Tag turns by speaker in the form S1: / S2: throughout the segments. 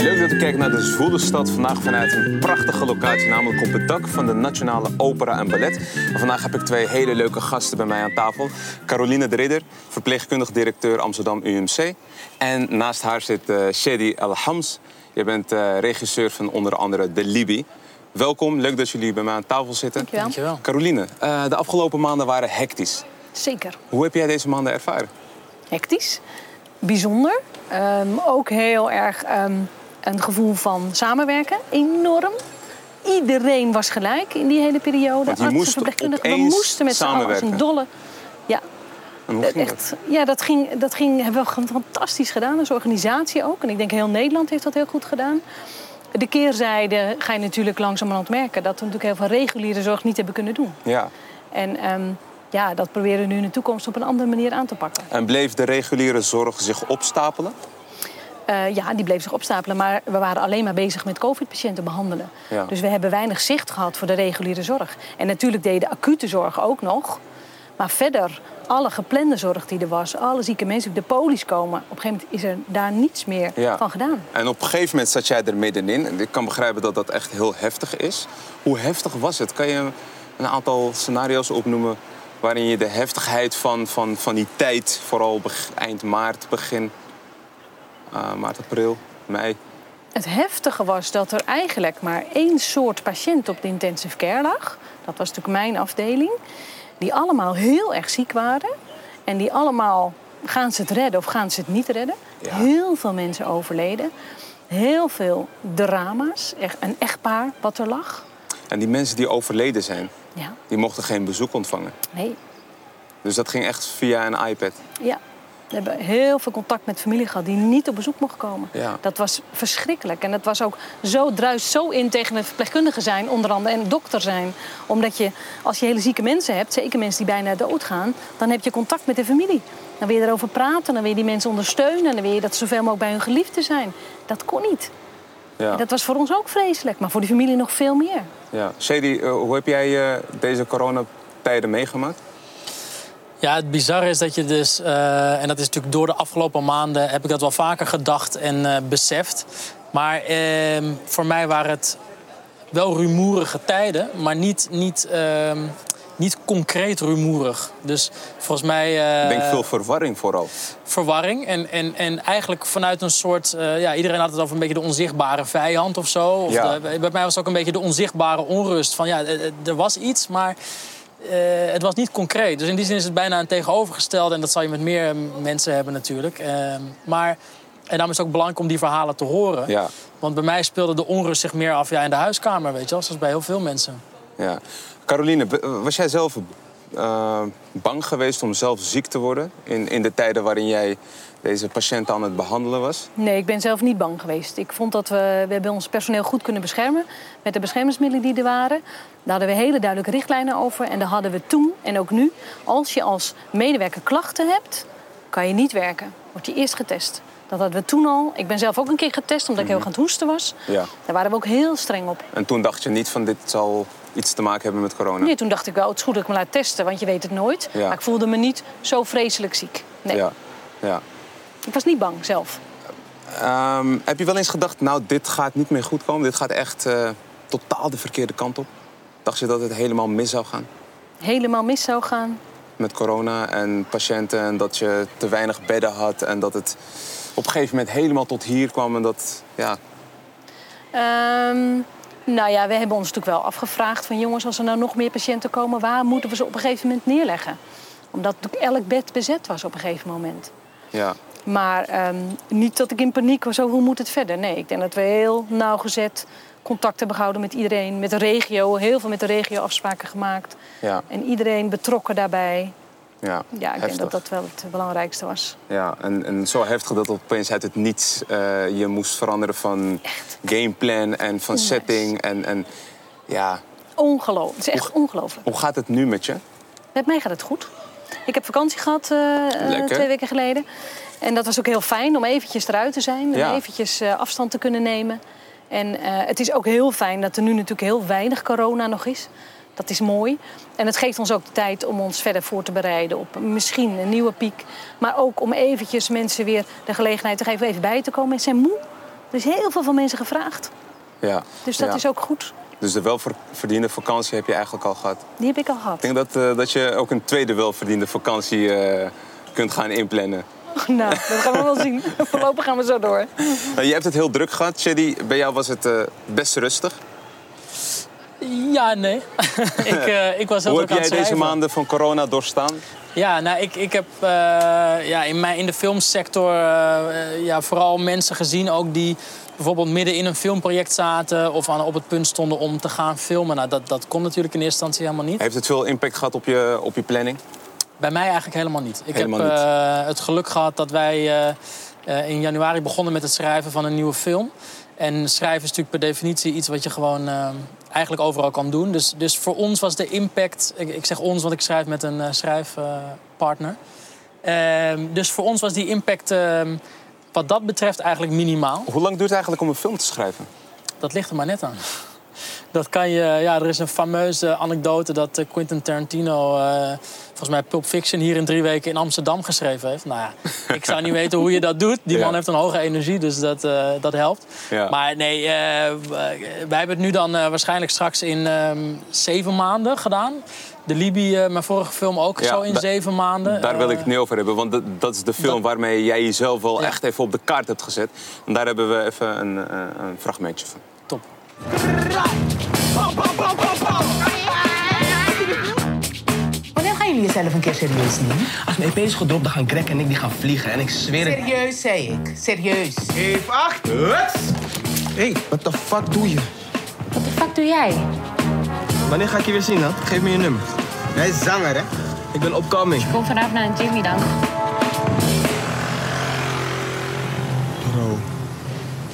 S1: naar de Zwoele stad. Vandaag vanuit een prachtige locatie, namelijk op het dak van de Nationale Opera en Ballet. En vandaag heb ik twee hele leuke gasten bij mij aan tafel. Caroline de Ridder, verpleegkundig directeur Amsterdam UMC. En naast haar zit eh Shedi Alhams. Je bent eh, regisseur van onder andere De Libi. Welkom, leuk dat jullie bij mij aan tafel zitten.
S2: Dankjewel.
S3: Dankjewel.
S1: Caroline, eh, de afgelopen maanden waren hectisch.
S2: Zeker.
S1: Hoe heb jij deze maanden ervaren?
S2: Hectisch. Bijzonder. Ehm, ook heel erg ehm, een gevoel van samenwerken. Enorm. Iedereen was gelijk in die hele
S1: Want
S2: periode.
S1: je
S2: Artsen,
S1: moest
S2: verpleegkundigen. We
S1: opeens
S2: moesten met z'n allen als een
S1: samenwerken.
S2: dolle. Ja,
S1: En hoe
S2: dat,
S1: ging
S2: Eh, echt, ja dat, ging, dat ging, hebben we gewoon fantastisch gedaan. Als organisatie ook. En ik denk heel Nederland heeft dat heel goed gedaan. De keerzijde ga je natuurlijk langzamerhand merken... dat we natuurlijk heel veel reguliere zorg niet hebben kunnen doen.
S1: Ja.
S2: En ehm, ja, dat proberen we nu in de toekomst op een andere manier aan te pakken.
S1: En bleef de reguliere zorg zich opstapelen?
S2: Eh, ja, die bleef zich opstapelen. Maar we waren alleen maar bezig met covid-patiënten behandelen.
S1: Ja.
S2: Dus we hebben weinig zicht gehad voor de reguliere zorg. En natuurlijk deed de acute zorg ook nog. Maar verder, alle geplande zorg die er was, alle zieke mensen die op de polies komen. Op een gegeven moment is er daar niets meer
S1: Ja.
S2: van gedaan.
S1: En op een gegeven moment zat jij er middenin. En Ik kan begrijpen dat dat echt heel heftig is. Hoe heftig was het? Kan je een aantal scenario's opnoemen waarin je de heftigheid van, van, van die tijd, vooral beg- eind maart, begin eh, maart, april, mei.
S2: Het heftige was dat er eigenlijk maar één soort patiënt op de intensive care lag. Dat was natuurlijk mijn afdeling. Die allemaal heel erg ziek waren. En die allemaal, gaan ze het redden of gaan ze het niet redden?
S1: Ja.
S2: Heel veel mensen overleden. Heel veel drama's. Echt een echtpaar wat er lag.
S1: En die mensen die overleden zijn,
S2: Ja,
S1: die mochten geen bezoek ontvangen.
S2: nee.
S1: Dus dat ging echt via een iPad.
S2: Ja. We hebben heel veel contact met familie gehad die niet op bezoek mocht komen.
S1: Ja.
S2: Dat was verschrikkelijk. En dat was ook zo druist zo in tegen het verpleegkundige zijn, onder andere, en dokter zijn. Omdat je, als je hele zieke mensen hebt, zeker mensen die bijna doodgaan, dan heb je contact met de familie. Dan wil je erover praten, dan wil je die mensen ondersteunen, dan wil je dat ze zoveel mogelijk bij hun geliefden zijn. Dat kon niet.
S1: Ja.
S2: Dat was voor ons ook vreselijk, maar voor die familie nog veel meer.
S1: Ja. Shady, eh, hoe heb jij eh, deze coronatijden meegemaakt?
S3: Ja, het bizarre is dat je dus, eh, en dat is natuurlijk door de afgelopen maanden, heb ik dat wel vaker gedacht en eh, beseft. Maar ehm, voor mij waren het wel rumoerige tijden, maar niet, niet, ehm, niet concreet rumoerig. Dus volgens mij.
S1: Ik
S3: eh,
S1: denk veel verwarring vooral.
S3: verwarring. En, en, en eigenlijk vanuit een soort. eh, ja, iedereen had het over een beetje de onzichtbare vijand of zo. Of
S1: Ja.
S3: de- bij mij was het ook een beetje de onzichtbare onrust. Van ja, eh, eh, er was iets, maar. eh, het was niet concreet. Dus in die zin is het bijna een tegenovergestelde. En dat zal je met meer eh, mensen hebben natuurlijk. Ehm, maar. En daarom is het ook belangrijk om die verhalen te horen.
S1: Ja.
S3: Want bij mij speelde de onrust zich meer af ja, in de huiskamer, weet je wel. Zoals bij heel veel mensen.
S1: Ja. Caroline, be- was jij zelf eh, bang geweest om zelf ziek te worden? In, in de tijden waarin jij deze patiënten aan het behandelen was?
S2: Nee, ik ben zelf niet bang geweest. Ik vond dat we, we hebben ons personeel goed kunnen beschermen met de beschermingsmiddelen die er waren. Daar hadden we hele duidelijke richtlijnen over. En daar hadden we toen en ook nu. Als je als medewerker klachten hebt, kan je niet werken. Word je eerst getest. Dat hadden we toen al. Ik ben zelf ook een keer getest omdat ik heel erg aan het hoesten was.
S1: Mhm. Ja.
S2: Daar waren we ook heel streng op.
S1: En toen dacht je niet van dit zal iets te maken hebben met corona?
S2: Nee, toen dacht ik wel, het is goed dat ik me laat testen, want je weet het nooit.
S1: Ja.
S2: Maar ik voelde me niet zo vreselijk ziek. Nee,
S1: Ja. ja.
S2: ik was niet bang zelf.
S1: Ehm, heb je wel eens gedacht, nou dit gaat niet meer goed komen? Dit gaat echt eh, totaal de verkeerde kant op? Dacht je dat het helemaal mis zou gaan?
S2: Helemaal mis zou gaan.
S1: met corona en patiënten en dat je te weinig bedden had en dat het op een gegeven moment helemaal tot hier kwam en dat ja
S2: Ehm, nou ja, we hebben ons natuurlijk wel afgevraagd van jongens, als er nou nog meer patiënten komen, waar moeten we ze op een gegeven moment neerleggen? Omdat natuurlijk elk bed bezet was op een gegeven moment.
S1: ja
S2: Maar ehm, niet dat ik in paniek was over hoe moet het verder. Nee, ik denk dat we heel nauwgezet contact hebben gehouden met iedereen, met de regio, heel veel met de regio afspraken gemaakt.
S1: ja
S2: En iedereen betrokken daarbij.
S1: ja.
S2: Ja, ik denk dat dat wel het belangrijkste was.
S1: Ja, en, en zo heftig dat opeens uit het niets eh, je moest veranderen van gameplan en van
S2: Onwijs.
S1: setting en, en ja.
S2: Ongelooflijk. Het is echt ongelooflijk.
S1: Hoe gaat het nu met je?
S2: Met mij gaat het goed. Ik heb vakantie gehad eh, eh,
S1: Lekker.
S2: twee weken geleden. En dat was ook heel fijn om eventjes eruit te zijn.
S1: Ja.
S2: En eventjes eh, afstand te kunnen nemen. En eh, het is ook heel fijn dat er nu natuurlijk heel weinig corona nog is. Dat is mooi. En het geeft ons ook de tijd om ons verder voor te bereiden op misschien een nieuwe piek. Maar ook om eventjes mensen weer de gelegenheid te geven even bij te komen. En ze zijn moe. Er is heel veel van mensen gevraagd.
S1: Ja.
S2: Dus dat
S1: ja.
S2: is ook goed.
S1: Dus de welverdiende vakantie heb je eigenlijk al gehad.
S2: Die heb ik al gehad.
S1: Ik denk dat, eh, dat je ook een tweede welverdiende vakantie eh, kunt gaan inplannen.
S2: Nou, dat gaan we wel zien. Voorlopig gaan we zo door.
S1: Nou, je hebt het heel druk gehad, Shady. Bij jou was het eh, best rustig.
S3: Ja, nee. ik, eh, ik was heel
S1: Hoe heb
S3: druk aan het
S1: jij deze
S3: schrijven.
S1: maanden van corona doorstaan?
S3: Ja, nou, ik, ik heb eh, ja, in, mijn, in de filmsector eh, eh, ja, vooral mensen gezien ook die bijvoorbeeld midden in een filmproject zaten of aan, op het punt stonden om te gaan filmen. Nou, dat, dat kon natuurlijk in eerste instantie helemaal niet.
S1: Heeft het veel impact gehad op je, op je planning?
S3: Bij mij eigenlijk helemaal niet. Ik
S1: Helemaal
S3: heb
S1: niet.
S3: eh, het geluk gehad dat wij eh, eh, in januari begonnen met het schrijven van een nieuwe film. En schrijven is natuurlijk per definitie iets wat je gewoon eh, eigenlijk overal kan doen. Dus, dus voor ons was de impact, ik, ik zeg ons, want ik schrijf met een eh, schrijfpartner. dus voor ons was die impact ehm, wat dat betreft eigenlijk minimaal.
S1: Hoe lang duurt het eigenlijk om een film te schrijven?
S3: Dat ligt er maar net aan. Dat kan je, ja, er is een fameuze anekdote dat eh, Quentin Tarantino, eh, volgens mij Pulp Fiction, hier in drie weken in Amsterdam geschreven heeft. Nou ja, ik zou niet weten hoe je dat doet. Die
S1: Ja.
S3: man heeft een hoge energie, dus dat, eh, dat helpt.
S1: Ja.
S3: Maar nee, eh, w- eh, wij hebben het nu dan eh, waarschijnlijk straks in ehm, zeven maanden gedaan. De Libi, eh, mijn vorige film ook
S1: Ja,
S3: zo in
S1: da-
S3: zeven maanden.
S1: Daar wil ik
S3: Eh,
S1: het niet over hebben, want dat, dat is de film
S3: dat-
S1: waarmee jij jezelf wel
S3: Ja.
S1: echt even op de kaart hebt gezet. En daar hebben we even een, eh, een fragmentje van.
S3: Top.
S4: Wanneer Oh, gaan jullie jezelf een keer serieus nemen?
S5: Als mijn EP is gedropt, dan gaan Greg en ik die gaan vliegen. En ik zweer het.
S4: Serieus, zei ik. Serieus.
S6: Even acht. Huts.
S5: Hé, hey, wat de fuck doe je?
S7: Wat de fuck doe jij?
S5: Wanneer ga ik je weer zien, dan? Geef me je nummer.
S6: Hij is zanger, hè?
S5: Ik ben opkoming.
S7: Kom vanavond naar een Jimmy dan.
S5: Bro,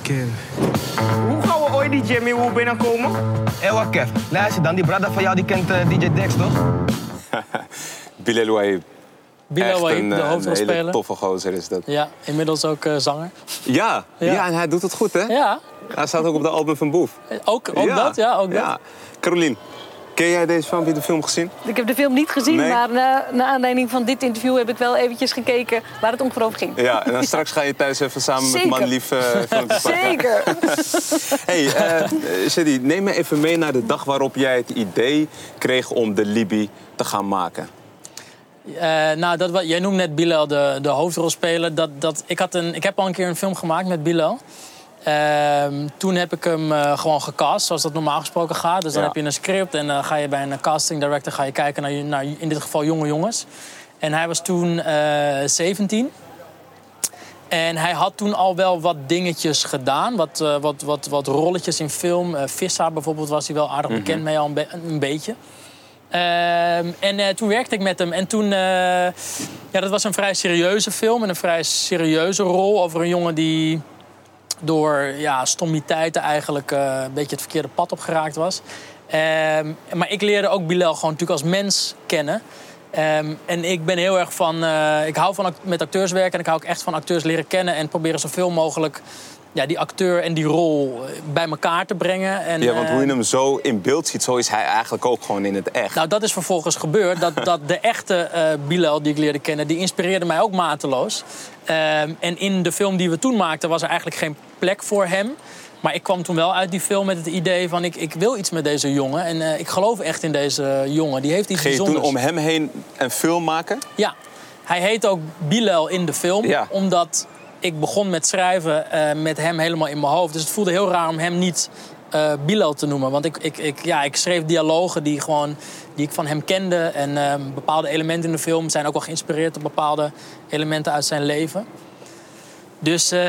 S5: Kim.
S6: eh, Hoe gaan we ooit die Jimmy Woo binnenkomen?
S5: Hé, hey, wacht Kev. Luister dan, die brother van jou die kent eh, DJ Dex, toch?
S1: Bilal Wahib.
S3: Bilal
S1: Echt
S3: Wahib,
S1: een, eh,
S3: de
S1: een hele
S3: hoofdrolspeler.
S1: toffe gozer is dat.
S3: Ja, inmiddels ook eh, zanger.
S1: Ja, ja.
S3: Ja.
S1: en hij doet het goed, hè?
S3: Ja,
S1: Hij staat ook op de album van Boef.
S3: ook, ook dat. Ja, ook dat.
S1: Ja. Carolien, ken jij deze film? Heb je de film gezien?
S2: Ik heb de film niet gezien,
S1: Nee.
S2: maar na, naar aanleiding van dit interview heb ik wel eventjes gekeken waar het ongeveer over ging.
S1: Ja, en dan straks ga je thuis even samen met
S2: Zeker.
S1: Manlief eh filmpjes maken.
S2: Zeker!
S1: Hey, eh, eh, Shadi, neem me even mee naar de dag waarop jij het idee kreeg om de Libi te gaan maken.
S3: Eh, nou, dat, wa- jij noemt net Bilal de, de hoofdrolspeler. Dat, dat, ik, had een, ik heb al een keer een film gemaakt met Bilal. Ehm, toen heb ik hem eh, gewoon gecast, zoals dat normaal gesproken gaat. Dus dan
S1: Ja.
S3: heb je een script en dan ga je bij een casting director ga je kijken naar, je- naar in dit geval jonge jongens. En hij was toen eh 17. En hij had toen al wel wat dingetjes gedaan. Wat, eh, wat, wat, wat rolletjes in film. Eh Vissa bijvoorbeeld was hij wel aardig bekend mee al een, be- een beetje. Ehm, en eh, toen werkte ik met hem. En toen... eh, ja, dat was een vrij serieuze film. En een vrij serieuze rol over een jongen die door ja, stommiteiten eigenlijk eh, een beetje het verkeerde pad op geraakt was. Ehm, maar ik leerde ook Bilal gewoon natuurlijk als mens kennen. Ehm, en ik ben heel erg van... eh, ik hou van act- met acteurs werken en ik hou ook echt van acteurs leren kennen... en proberen zoveel mogelijk ja, die acteur en die rol eh, bij elkaar te brengen. En,
S1: Ja, want hoe
S3: eh,
S1: je hem zo in beeld ziet, zo is hij eigenlijk ook gewoon in het echt.
S3: nou, dat is vervolgens gebeurd. Dat, dat de echte eh Bilal die ik leerde kennen, die inspireerde mij ook mateloos. Ehm, en in de film die we toen maakten, was er eigenlijk geen plek voor hem. Maar ik kwam toen wel uit die film met het idee van... ik, ik wil iets met deze jongen en eh, ik geloof echt in deze jongen. Die heeft iets
S1: Ging je toen
S3: bijzonders.
S1: om hem heen een film maken?
S3: Ja, hij heet ook Bilal in de film.
S1: Ja.
S3: Omdat ik begon met schrijven eh, met hem helemaal in mijn hoofd. Dus het voelde heel raar om hem niet eh Bilal te noemen. Want ik, ik, ik, ja, ik schreef dialogen die, gewoon, die ik van hem kende. En eh, bepaalde elementen in de film zijn ook wel geïnspireerd op bepaalde elementen uit zijn leven. Dus, eh,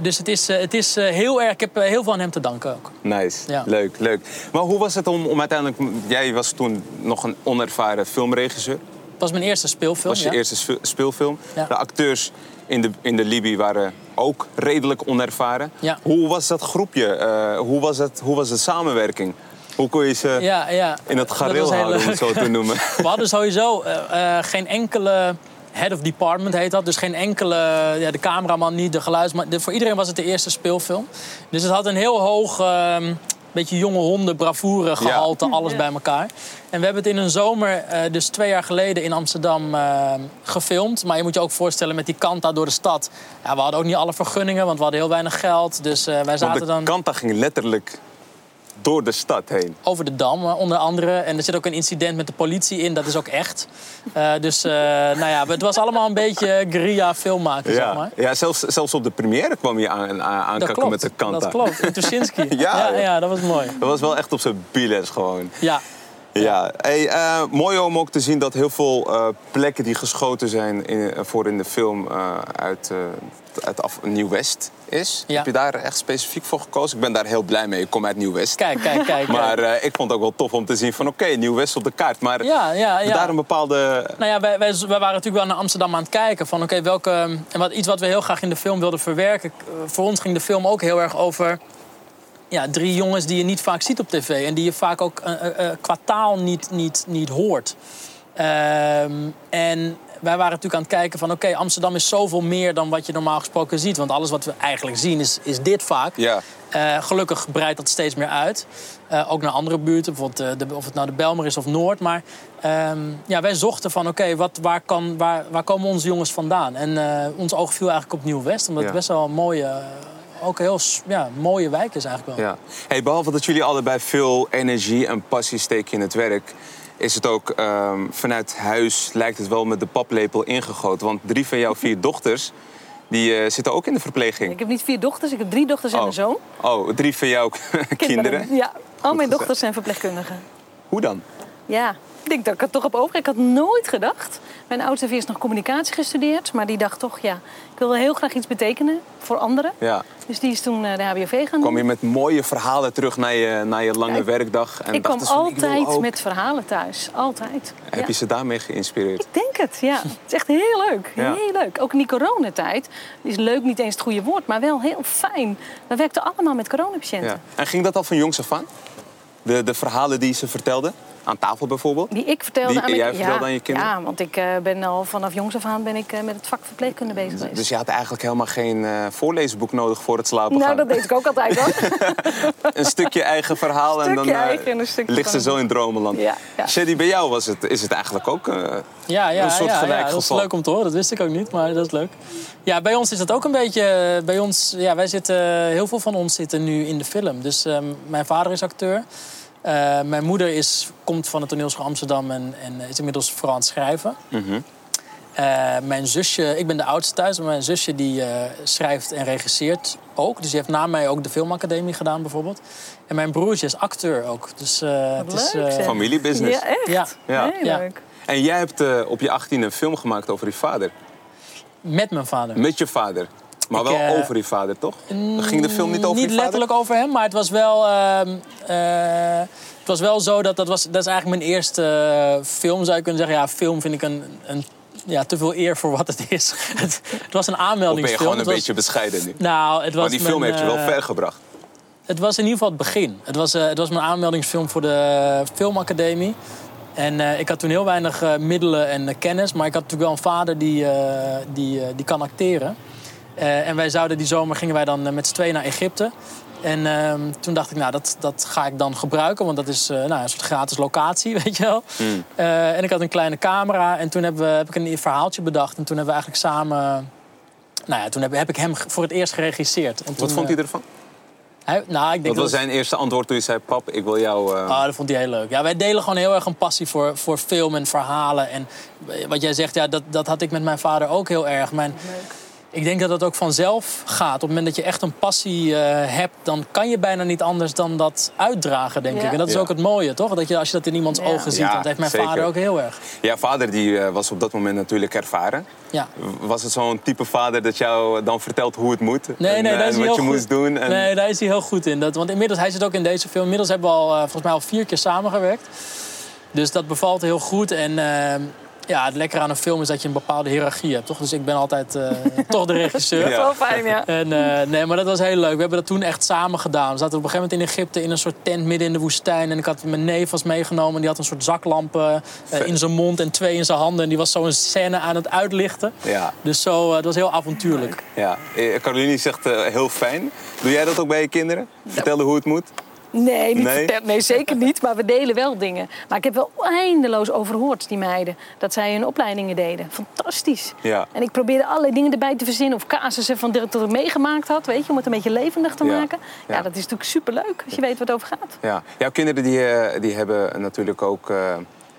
S3: dus het is, eh, het is eh, heel erg. Ik heb eh, heel veel aan hem te danken ook.
S1: Nice,
S3: Ja.
S1: leuk, leuk. Maar hoe was het om, om uiteindelijk... Jij was toen nog een onervaren filmregisseur.
S3: Het was mijn eerste speelfilm.
S1: Dat was je
S3: ja.
S1: eerste spe- speelfilm.
S3: Ja.
S1: De acteurs in de, in de Libi waren ook redelijk onervaren.
S3: Ja.
S1: Hoe was dat groepje? Eh, hoe, was dat, hoe was de samenwerking? Hoe kon je ze
S3: Ja, ja.
S1: in het
S3: Dat
S1: gareel
S3: was heel
S1: houden, om het
S3: leuk.
S1: zo te noemen?
S3: We hadden sowieso eh, eh, geen enkele head of department heet dat. Dus geen enkele, ja, de cameraman niet, de geluidsman. de- voor iedereen was het de eerste speelfilm. Dus het had een heel hoog ehm, beetje jonge honden, bravoure, gehalte, alles bij elkaar. En we hebben het in een zomer, eh, dus twee jaar geleden in Amsterdam, eh, gefilmd. Maar je moet je ook voorstellen met die kanta door de stad. Ja, we hadden ook niet alle vergunningen, want we hadden heel weinig geld. Dus eh, wij
S1: Want
S3: zaten
S1: de
S3: dan
S1: kanta ging letterlijk door de stad heen.
S3: over de dam, eh, onder andere. En er zit ook een incident met de politie in, dat is ook echt. Eh, dus eh, nou ja, het was allemaal een beetje guerrilla film maken, zeg maar.
S1: Ja, ja zelfs, zelfs op de première kwam je aan, aan, aankakken met de kanta.
S3: dat klopt. In Tuschinski.
S1: Ja,
S3: ja,
S1: joh.
S3: ja, dat was mooi.
S1: Dat was wel echt op zijn biles gewoon.
S3: Ja,
S1: Ja, hey, eh, mooi om ook te zien dat heel veel eh, plekken die geschoten zijn in, voor in de film eh, uit, eh, uit af, Nieuw-West is.
S3: Ja.
S1: Heb je daar echt specifiek voor gekozen? Ik ben daar heel blij mee. Ik kom uit Nieuw-West.
S3: kijk, kijk, kijk.
S1: Maar eh, ik vond het ook wel tof om te zien van oké, Nieuw-West op de kaart. Maar
S3: Ja, ja, ja.
S1: daar een bepaalde...
S3: Nou ja, wij, wij, wij waren natuurlijk wel naar Amsterdam aan het kijken. Van oké, welke. En wat, iets wat we heel graag in de film wilden verwerken. eh, Voor ons ging de film ook heel erg over. Ja, drie jongens die je niet vaak ziet op tv. En die je vaak ook eh, eh, eh, qua taal niet, niet, niet hoort. Ehm, en wij waren natuurlijk aan het kijken van... oké, Amsterdam is zoveel meer dan wat je normaal gesproken ziet. Want alles wat we eigenlijk zien is, is dit vaak.
S1: Ja.
S3: Eh, gelukkig breidt dat steeds meer uit. Eh, ook naar andere buurten, bijvoorbeeld eh, de- of het nou de Belmer is of Noord. Maar ehm, ja, wij zochten van, oké, wat- waar, kan- waar, waar komen onze jongens vandaan? En eh, ons oog viel eigenlijk op Nieuw-West, omdat
S1: Ja.
S3: het best wel een mooie, eh, ook een heel s- ja, mooie wijk is eigenlijk wel.
S1: Ja. Hey, behalve dat jullie allebei veel energie en passie steken in het werk... is het ook ehm, vanuit huis lijkt het wel met de paplepel ingegoten. Want drie van jouw vier dochters die, eh, zitten ook in de verpleging.
S2: Ik heb niet vier dochters, ik heb drie dochters en een zoon.
S1: Oh, drie van jouw kinderen.
S2: Ja, al mijn
S1: gezegd.
S2: dochters zijn verpleegkundigen.
S1: Hoe dan?
S2: Ja, ik denk dat ik het toch op over. Ik had nooit gedacht. Mijn oudste heeft nog communicatie gestudeerd, maar die dacht toch, ja, ik wil wel heel graag iets betekenen voor anderen.
S1: Ja.
S2: Dus die is toen eh, de HBOV gaan
S1: Kwam
S2: doen.
S1: je met mooie verhalen terug naar je, naar je lange
S2: Ja, ik-
S1: werkdag? En
S2: ik kwam
S1: dacht dus van, ik wil
S2: altijd
S1: ook.
S2: met verhalen thuis. Altijd.
S1: Heb
S2: Ja.
S1: je ze daarmee geïnspireerd?
S2: Ik denk het, ja. Het is echt heel leuk.
S1: Ja.
S2: Heel leuk. Ook in die coronatijd is leuk niet eens het goede woord, maar wel heel fijn. We werkten allemaal met coronapatiënten.
S1: Ja. En ging dat al van jongs af aan? De, de verhalen die ze vertelden? Aan tafel bijvoorbeeld?
S2: Die ik vertelde
S1: Die
S2: aan mijn
S1: jij
S2: ja,
S1: vertelde aan je kinderen?
S2: Ja, want ik eh, ben al vanaf jongs af aan ben ik, eh, met het vak verpleegkunde bezig geweest.
S1: Dus je had eigenlijk helemaal geen eh, voorleesboek nodig voor het slapen
S2: nou,
S1: gaan.
S2: dat deed ik ook altijd hoor.
S1: Een stukje eigen verhaal en
S2: Stukje
S1: dan eh,
S2: eigen en een stukje
S1: ligt ze
S2: van-
S1: zo in dromenland.
S2: Ja, ja.
S1: Shady, bij jou was het, is het eigenlijk ook eh,
S3: Ja, ja,
S1: een soort
S3: ja,
S1: gelijk
S3: ja, dat is
S1: geval.
S3: leuk om te horen. Dat wist ik ook niet, maar dat is leuk. Ja, bij ons is dat ook een beetje... eh, Bij ons, ja, wij zitten, eh, heel veel van ons zitten nu in de film. Dus ehm, mijn vader is acteur. Eh, mijn moeder is, komt van het toneelschool Amsterdam en, en is inmiddels vooral aan het schrijven.
S1: Mhm.
S3: Eh, mijn zusje, ik ben de oudste thuis, maar mijn zusje die eh, schrijft en regisseert ook. Dus die heeft na mij ook de filmacademie gedaan bijvoorbeeld. En mijn broertje is acteur ook. Dus eh, het is...
S2: leuk,
S3: eh,
S2: zeg.
S1: familiebusiness.
S2: Ja, echt.
S3: Ja.
S1: Ja.
S2: Heel
S3: Ja.
S2: leuk.
S1: En jij hebt eh, op je 18 een film gemaakt over je vader.
S3: met mijn vader.
S1: Met je vader. Maar
S3: Ik,
S1: wel
S3: eh, mm,
S1: over je vader, toch? Ging de film niet over je
S3: Niet
S1: vader?
S3: letterlijk over hem, maar het was wel. ehm, eh, het was wel zo dat dat was. Dat is eigenlijk mijn eerste eh, film, zou je kunnen zeggen. Ja, film vind ik een. een ja, te veel eer voor wat het is. het, het was een
S1: Of ben je
S3: aanmeldingsfilm.
S1: gewoon een
S3: Het was-
S1: beetje bescheiden nu?
S3: Nou, het was
S1: Maar die film
S3: mijn,
S1: heeft je wel
S3: eh,
S1: ver gebracht.
S3: het was in ieder geval het begin. Het was, eh, het was mijn aanmeldingsfilm voor de eh, Filmacademie. En eh, ik had toen heel weinig eh, middelen en eh, kennis. Maar ik had natuurlijk wel een vader die, eh, die, eh, die kan acteren. Eh, en wij zouden die zomer gingen wij dan eh, met z'n tweeën naar Egypte. En ehm, toen dacht ik, nou, dat, dat ga ik dan gebruiken. Want dat is eh, nou, een soort gratis locatie, weet je wel.
S1: Hmm.
S3: Eh, en ik had een kleine camera. En toen hebben we, heb ik een verhaaltje bedacht. En toen hebben we eigenlijk samen... Nou ja, toen heb, heb ik hem voor het eerst geregisseerd. En toen,
S1: Wat vond
S3: eh,
S1: hij ervan?
S3: hij? Nou, ik denk
S1: Wat
S3: dat
S1: was zijn eerste antwoord toen je zei... pap, ik wil jou... eh,
S3: Ah, dat vond hij heel leuk. Ja, wij delen gewoon heel erg een passie voor, voor film en verhalen. En wat jij zegt, ja, dat, dat had ik met mijn vader ook heel erg. Mijn, ik denk dat dat ook vanzelf gaat. Op het moment dat je echt een passie eh, hebt, dan kan je bijna niet anders dan dat uitdragen, denk
S2: Ja.
S3: ik. En dat is
S1: Ja.
S3: ook het mooie, toch? Dat je, als je dat in iemands
S2: Ja.
S3: ogen ziet,
S1: Ja,
S3: dat heeft mijn
S1: zeker.
S3: vader ook heel erg.
S1: Jouw vader die, eh, was op dat moment natuurlijk ervaren.
S3: Ja.
S1: Was het zo'n type vader dat jou dan vertelt hoe het moet?
S3: Nee,
S1: en,
S3: nee,
S1: eh, en
S3: daar is hij
S1: wat
S3: heel
S1: je
S3: goed.
S1: moest doen? En...
S3: Nee, daar is hij heel goed in. Dat, want inmiddels, hij zit ook in deze film. Inmiddels hebben we al, eh, volgens mij al vier keer samengewerkt. Dus dat bevalt heel goed. En eh, ja, het lekkere aan een film is dat je een bepaalde hiërarchie hebt, toch? Dus ik ben altijd eh, toch de regisseur.
S1: Ja.
S2: Wel fijn, ja.
S3: En, eh, nee, maar dat was heel leuk. We hebben dat toen echt samen gedaan. We zaten op een gegeven moment in Egypte in een soort tent midden in de woestijn. En ik had mijn neef was meegenomen. en Die had een soort zaklampen eh, in zijn mond en twee in zijn handen. En die was zo een scène aan het uitlichten.
S1: Ja.
S3: Dus zo, eh, het was heel avontuurlijk.
S1: Ja. Eh, Caroline zegt eh, heel fijn. Doe jij dat ook bij je kinderen? Vertellen hoe het moet?
S2: Nee, niet
S1: Nee?
S2: verteld. nee, zeker niet. Maar we delen wel dingen. Maar ik heb wel eindeloos overhoord, die meiden. Dat zij hun opleidingen deden. Fantastisch.
S1: Ja.
S2: En ik probeerde allerlei dingen erbij te verzinnen. Of casussen van dat ik meegemaakt had, weet je. Om het een beetje levendig te
S1: Ja.
S2: maken. Ja,
S1: Ja.
S2: dat is natuurlijk superleuk. Als je weet wat het over gaat.
S1: Ja, jouw kinderen die, eh, die hebben natuurlijk ook... eh,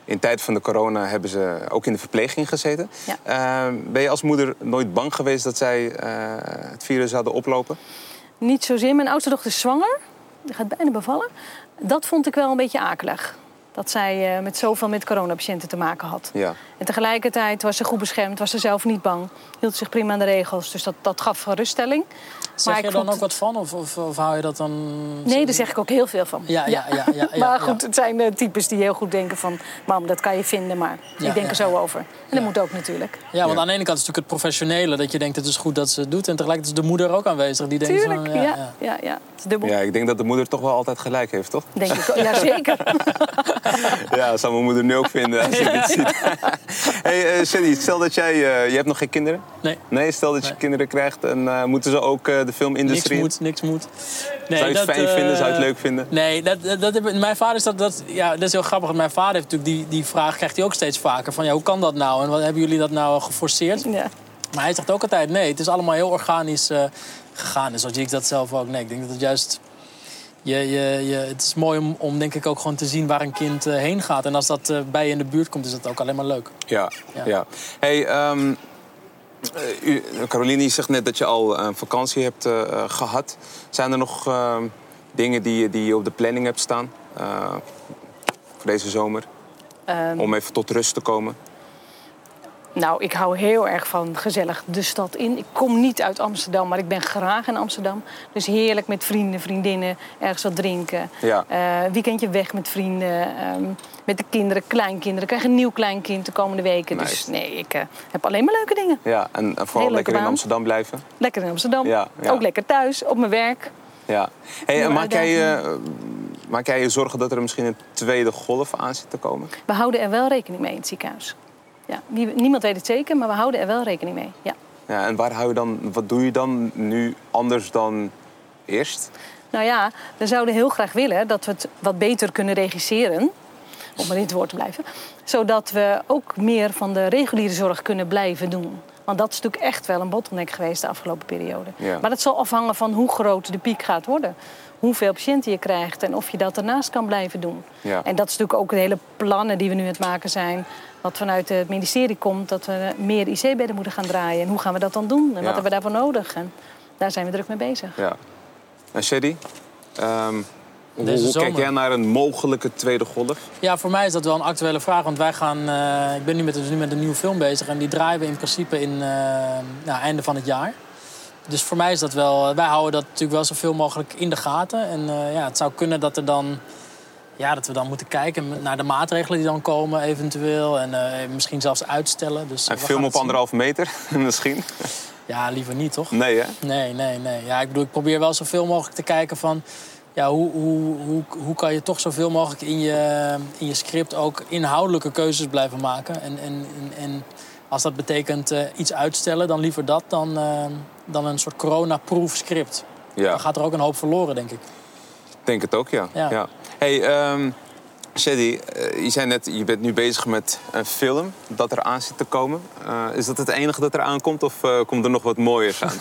S1: in tijd van de corona hebben ze ook in de verpleging gezeten.
S2: Ja.
S1: Eh, ben je als moeder nooit bang geweest dat zij eh, het virus hadden oplopen?
S2: Niet zozeer. Mijn oudste dochter is zwanger. Die gaat bijna bevallen. Dat vond ik wel een beetje akelig. Dat zij eh, met zoveel met coronapatiënten te maken had.
S1: Ja.
S2: En tegelijkertijd was ze goed beschermd, was ze zelf niet bang. Hield zich prima aan de regels. Dus dat, dat gaf geruststelling.
S3: Zeg je
S2: ik
S3: er
S2: vond
S3: dan ook
S2: het-
S3: wat van? Of, of, of hou je dat dan...
S2: Nee, daar zeg ik ook heel veel van.
S3: Ja, ja, ja. ja, ja,
S2: maar
S3: ja.
S2: goed, het zijn eh, types die heel goed denken van... mam, dat kan je vinden, maar
S3: Ja,
S2: ik denk
S3: ja,
S2: er zo
S3: ja.
S2: over. En dat moet ook natuurlijk.
S3: Ja, want aan de ene kant is het natuurlijk het professionele. Dat je denkt, het is goed dat ze het doet. En tegelijkertijd is de moeder ook aanwezig. Die denkt
S2: Tuurlijk,
S3: van,
S2: ja, ja, ja. Het is dubbel,
S1: Ja, ik denk dat de moeder toch wel altijd gelijk heeft, toch?
S2: denk ik. Oh, Ja, zeker.
S1: Ja, dat zou mijn moeder nu ook vinden als je dit ziet. hey, eh, Shelly, stel dat jij... eh, je hebt nog geen kinderen?
S3: Nee.
S1: Nee, stel dat je
S3: Nee.
S1: kinderen krijgt en eh, moeten ze ook eh, de
S3: Niks
S1: filmindustrie... in?
S3: moet, niks moet. Nee,
S1: Zou je het fijn
S3: eh,
S1: vinden? Zou je het leuk vinden?
S3: Nee, dat, dat, dat heb ik- mijn vader is dat, dat... Ja, dat is heel grappig. Want mijn vader heeft natuurlijk die, die vraag krijgt hij ook steeds vaker. Van ja, hoe kan dat nou? En wat hebben jullie dat nou eh, geforceerd?
S2: Ja.
S3: Maar hij zegt ook altijd nee. Het is allemaal heel organisch eh, gegaan. En zo zie ik dat zelf ook. Nee, ik denk dat het juist... Je, je, je, het is mooi om, om denk ik ook gewoon te zien waar een kind eh, heen gaat. En als dat eh, bij je in de buurt komt, is dat ook alleen maar leuk.
S1: Ja, ja.
S3: Ja.
S1: Hey, ehm, eh, u- Caroline, je zegt net dat je al een vakantie hebt eh, eh, gehad. Zijn er nog ehm, dingen die, je- die je op de planning hebt staan eh, voor deze zomer?
S2: Ehm,
S1: Om even tot rust te komen.
S2: Nou, ik hou heel erg van gezellig de stad in. Ik kom niet uit Amsterdam, maar ik ben graag in Amsterdam. Dus heerlijk met vrienden, vriendinnen, ergens wat drinken.
S1: Ja.
S2: Eh, weekendje weg met vrienden, ehm, met de kinderen, kleinkinderen. Ik krijg een nieuw kleinkind de komende weken. Dus
S1: Nice.
S2: nee, ik eh, heb alleen maar leuke dingen.
S1: Ja, en, en vooral
S2: leuke
S1: lekker in
S2: baan.
S1: Amsterdam blijven.
S2: Lekker in Amsterdam,
S1: Ja, ja.
S2: ook lekker thuis, op mijn werk.
S1: Ja. Hey, en
S2: Nieuwe
S1: maak, jij, eh, maak jij je zorgen dat er misschien een tweede golf aan zit te komen?
S2: We houden er wel rekening mee in het ziekenhuis. Ja, nie- niemand weet het zeker, maar we houden er wel rekening mee. Ja.
S1: Ja, en waar hou je dan, wat doe je dan nu anders dan eerst?
S2: Nou ja, we zouden heel graag willen dat we het wat beter kunnen regisseren. Om maar in het woord te blijven. Zodat we ook meer van de reguliere zorg kunnen blijven doen. Want dat is natuurlijk echt wel een bottleneck geweest de afgelopen periode.
S1: Ja.
S2: Maar dat zal afhangen van hoe groot de piek gaat worden. Hoeveel patiënten je krijgt en of je dat daarnaast kan blijven doen.
S1: Ja.
S2: En dat is natuurlijk ook de hele plannen die we nu aan het maken zijn. Wat vanuit het ministerie komt, dat we meer IC-bedden moeten gaan draaien. En hoe gaan we dat dan doen? En wat
S1: Ja.
S2: hebben we daarvoor nodig? En daar zijn we druk mee bezig.
S1: Ja. En Sherry, ehm, hoe,
S3: Deze
S1: hoe kijk
S3: zomer.
S1: jij naar een mogelijke tweede golf?
S3: Ja, voor mij is dat wel een actuele vraag. Want wij gaan. eh, ik ben nu met, dus nu met een nieuwe film bezig. En die draaien we in principe in eh, nou, einde van het jaar. Dus voor mij is dat wel. Wij houden dat natuurlijk wel zoveel mogelijk in de gaten. En eh, ja, het zou kunnen dat er dan. Ja, dat we dan moeten kijken naar de maatregelen die dan komen, eventueel. En eh, misschien zelfs uitstellen. Dus, eh,
S1: Een
S3: we
S1: film
S3: gaan
S1: op
S3: het zien.
S1: anderhalf meter misschien?
S3: Ja, liever niet, toch?
S1: Nee, hè?
S3: Nee, nee, nee. Ja, ik bedoel, ik probeer wel zoveel mogelijk te kijken van... Ja, hoe, hoe, hoe, hoe kan je toch zoveel mogelijk in je, in je script ook inhoudelijke keuzes blijven maken? En, en, en, en als dat betekent eh, iets uitstellen, dan liever dat dan, eh, dan een soort coronaproof script.
S1: Ja,
S3: Dan gaat er ook een hoop verloren, denk ik.
S1: ik denk het ook, ja. ja.
S3: Ja.
S1: hey, ehm Shady, eh, je zei net, je bent nu bezig met een film dat er aan zit te komen. Eh, is dat het enige dat er aankomt of eh, komt er nog wat mooiers aan?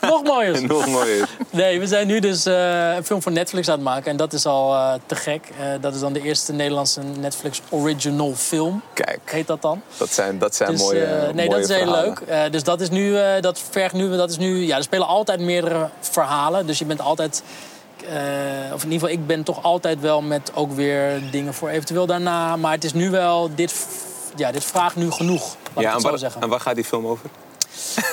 S3: Nog mooier.
S1: nog mooiers.
S3: Nee, we zijn nu dus eh, een film voor Netflix aan het maken. En dat is al eh, te gek. Eh, dat is dan de eerste Nederlandse Netflix original film.
S1: Kijk,
S3: Heet dat dan?
S1: dat zijn, dat zijn
S3: Dus,
S1: mooie
S3: eh, nee,
S1: mooie
S3: dat is heel
S1: verhalen.
S3: leuk. Eh, dus dat is nu, eh, dat vergt nu, dat is nu, ja, er spelen altijd meerdere verhalen. Dus je bent altijd, eh, of in ieder geval, ik ben toch altijd wel met ook weer dingen voor eventueel daarna. Maar het is nu wel, dit, v- ja, dit vraagt nu genoeg, laat ik
S1: Ja,
S3: het
S1: en
S3: zo
S1: waar,
S3: zeggen.
S1: en waar gaat die film over?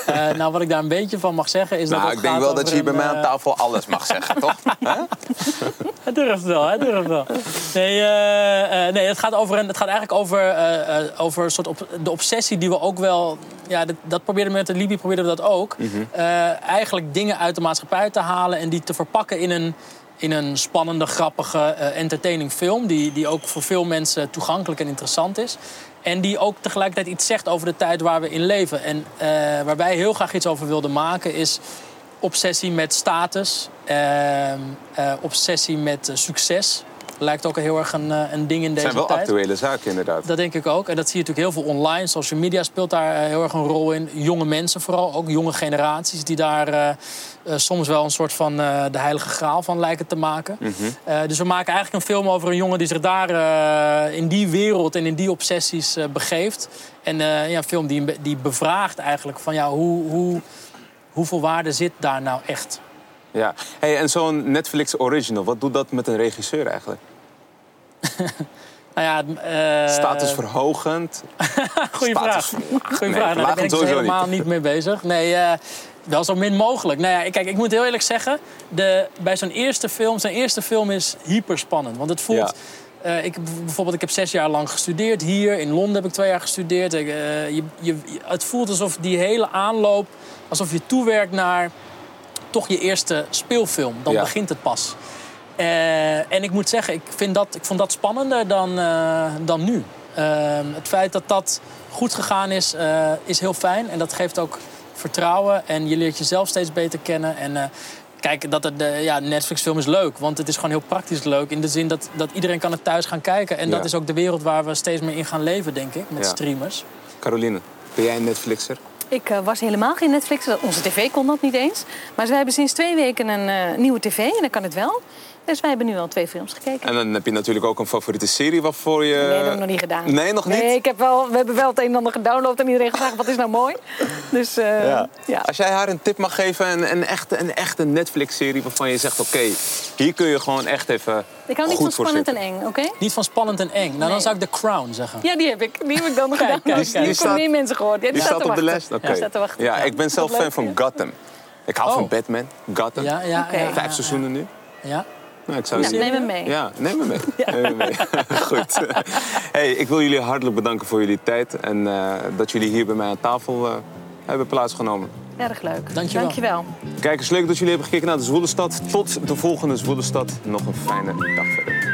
S3: Eh, nou, wat ik daar een beetje van mag zeggen is dat
S1: Nou,
S3: het
S1: ik denk
S3: gaat
S1: wel dat
S3: over
S1: je hier bij
S3: een,
S1: mij aan
S3: eh,
S1: tafel alles mag zeggen, toch?
S3: Hij durft wel, hij durft wel. Nee, eh, eh, nee het, gaat over een, het gaat eigenlijk over, eh, eh, over een soort op, de obsessie die we ook wel... Ja, dat, dat probeerden we met de Libië, probeerden we dat ook. Eh, eigenlijk dingen uit de maatschappij te halen en die te verpakken in een, in een spannende, grappige, eh, entertaining film. Die, die ook voor veel mensen toegankelijk en interessant is. En die ook tegelijkertijd iets zegt over de tijd waar we in leven. En eh, waar wij heel graag iets over wilden maken is obsessie met status, eh, eh, obsessie met eh, succes. Lijkt ook heel erg een, eh, een ding in deze
S1: zijn wel
S3: tijd.
S1: actuele zaken inderdaad.
S3: Dat denk ik ook. En dat zie je natuurlijk heel veel online. Social media speelt daar eh, heel erg een rol in. Jonge mensen vooral, ook jonge generaties... die daar eh, eh, soms wel een soort van eh, de heilige graal van lijken te maken. Eh, dus we maken eigenlijk een film over een jongen die zich daar... eh, in die wereld en in die obsessies eh, begeeft. En eh, ja, een film die, die bevraagt eigenlijk van... Ja, hoe, hoe, hoeveel waarde zit daar nou echt?
S1: Ja. Hey, en zo'n Netflix original, wat doet dat met een regisseur eigenlijk?
S3: Eh, Nou ja, het, eh,
S1: Statusverhogend?
S3: Goeie
S1: Status-
S3: vraag.
S1: Nee,
S3: Goeie vraag. Nou, daar ben
S1: verlagend
S3: ik dus
S1: sowieso
S3: helemaal
S1: niet.
S3: niet mee bezig. Nee, eh, wel zo min mogelijk. Nou ja, kijk, ik moet heel eerlijk zeggen... De, bij zo'n eerste film... Zijn eerste film is hyperspannend. Want het voelt...
S1: Ja.
S3: eh, ik, bijvoorbeeld, ik heb zes jaar lang gestudeerd hier. In Londen heb ik twee jaar gestudeerd. Ik, eh, je, je, het voelt alsof die hele aanloop... Alsof je toewerkt naar toch je eerste speelfilm. Dan
S1: Ja.
S3: begint het pas. Eh, en ik moet zeggen, ik, vind dat, ik vond dat spannender dan, eh, dan nu. Eh, het feit dat dat goed gegaan is, eh, is heel fijn. En dat geeft ook vertrouwen. En je leert jezelf steeds beter kennen. En eh, kijk, dat het, eh, ja, Netflix-film is leuk. Want het is gewoon heel praktisch leuk. In de zin dat, dat iedereen kan het thuis gaan kijken. En
S1: Ja.
S3: dat is ook de wereld waar we steeds meer in gaan leven, denk ik. Met
S1: Ja.
S3: streamers.
S1: Caroline, ben jij een Netflixer?
S2: Ik eh, was helemaal geen Netflix. Onze tv kon dat niet eens. Maar wij hebben sinds twee weken een eh, nieuwe tv en dan kan het wel. Dus wij hebben nu al twee films gekeken.
S1: En dan heb je natuurlijk ook een favoriete serie waarvoor je...
S2: Nee, dat heb ik nog niet gedaan.
S1: Nee, nog niet?
S2: Nee, ik heb wel, we hebben wel het een en ander gedownload en iedereen gevraagd wat is nou mooi. Dus eh,
S1: Ja.
S2: ja.
S1: Als jij haar een tip mag geven, een, een echte, een echte Netflix-serie waarvan je zegt... oké, hier kun je gewoon echt even
S2: Ik hou
S1: goed
S2: niet van
S1: voor
S2: spannend
S1: zitten.
S2: en eng, oké?
S3: Niet van spannend en eng. Nou, dan
S2: Nee.
S3: zou ik The Crown zeggen.
S2: Ja, die heb ik. Die heb ik dan gedaan.
S3: kijk,
S2: Dus
S3: kijk.
S2: die
S1: Die staat-
S2: hebben meer mensen gehoord. Ja, die,
S1: Die staat
S2: te
S1: op de
S2: wachten.
S1: lijst? Oké.
S2: Die staat te wachten.
S1: Ja, ik ben zelf
S2: Wat
S1: fan
S2: leuk,
S1: van
S2: ja.
S1: Gotham. Ik hou van
S3: Oh.
S1: Batman. Gotham.
S3: Ja, ja,
S2: Oké.
S3: ja,
S1: Vijf
S3: ja,
S1: seizoenen nu.
S3: ja.
S1: Nou, ik zou
S2: Ja,
S1: zeggen-
S2: neem hem mee.
S1: Ja, neem me mee. Neem me mee. Goed. Hey, ik wil jullie hartelijk bedanken voor jullie tijd en eh, dat jullie hier bij mij aan tafel eh, hebben plaatsgenomen.
S2: Erg leuk.
S3: Dankjewel.
S2: Dankjewel.
S1: Kijkers, leuk dat jullie hebben gekeken naar de Zwoele Stad. Tot de volgende Zwoele Stad. Nog een fijne dag verder.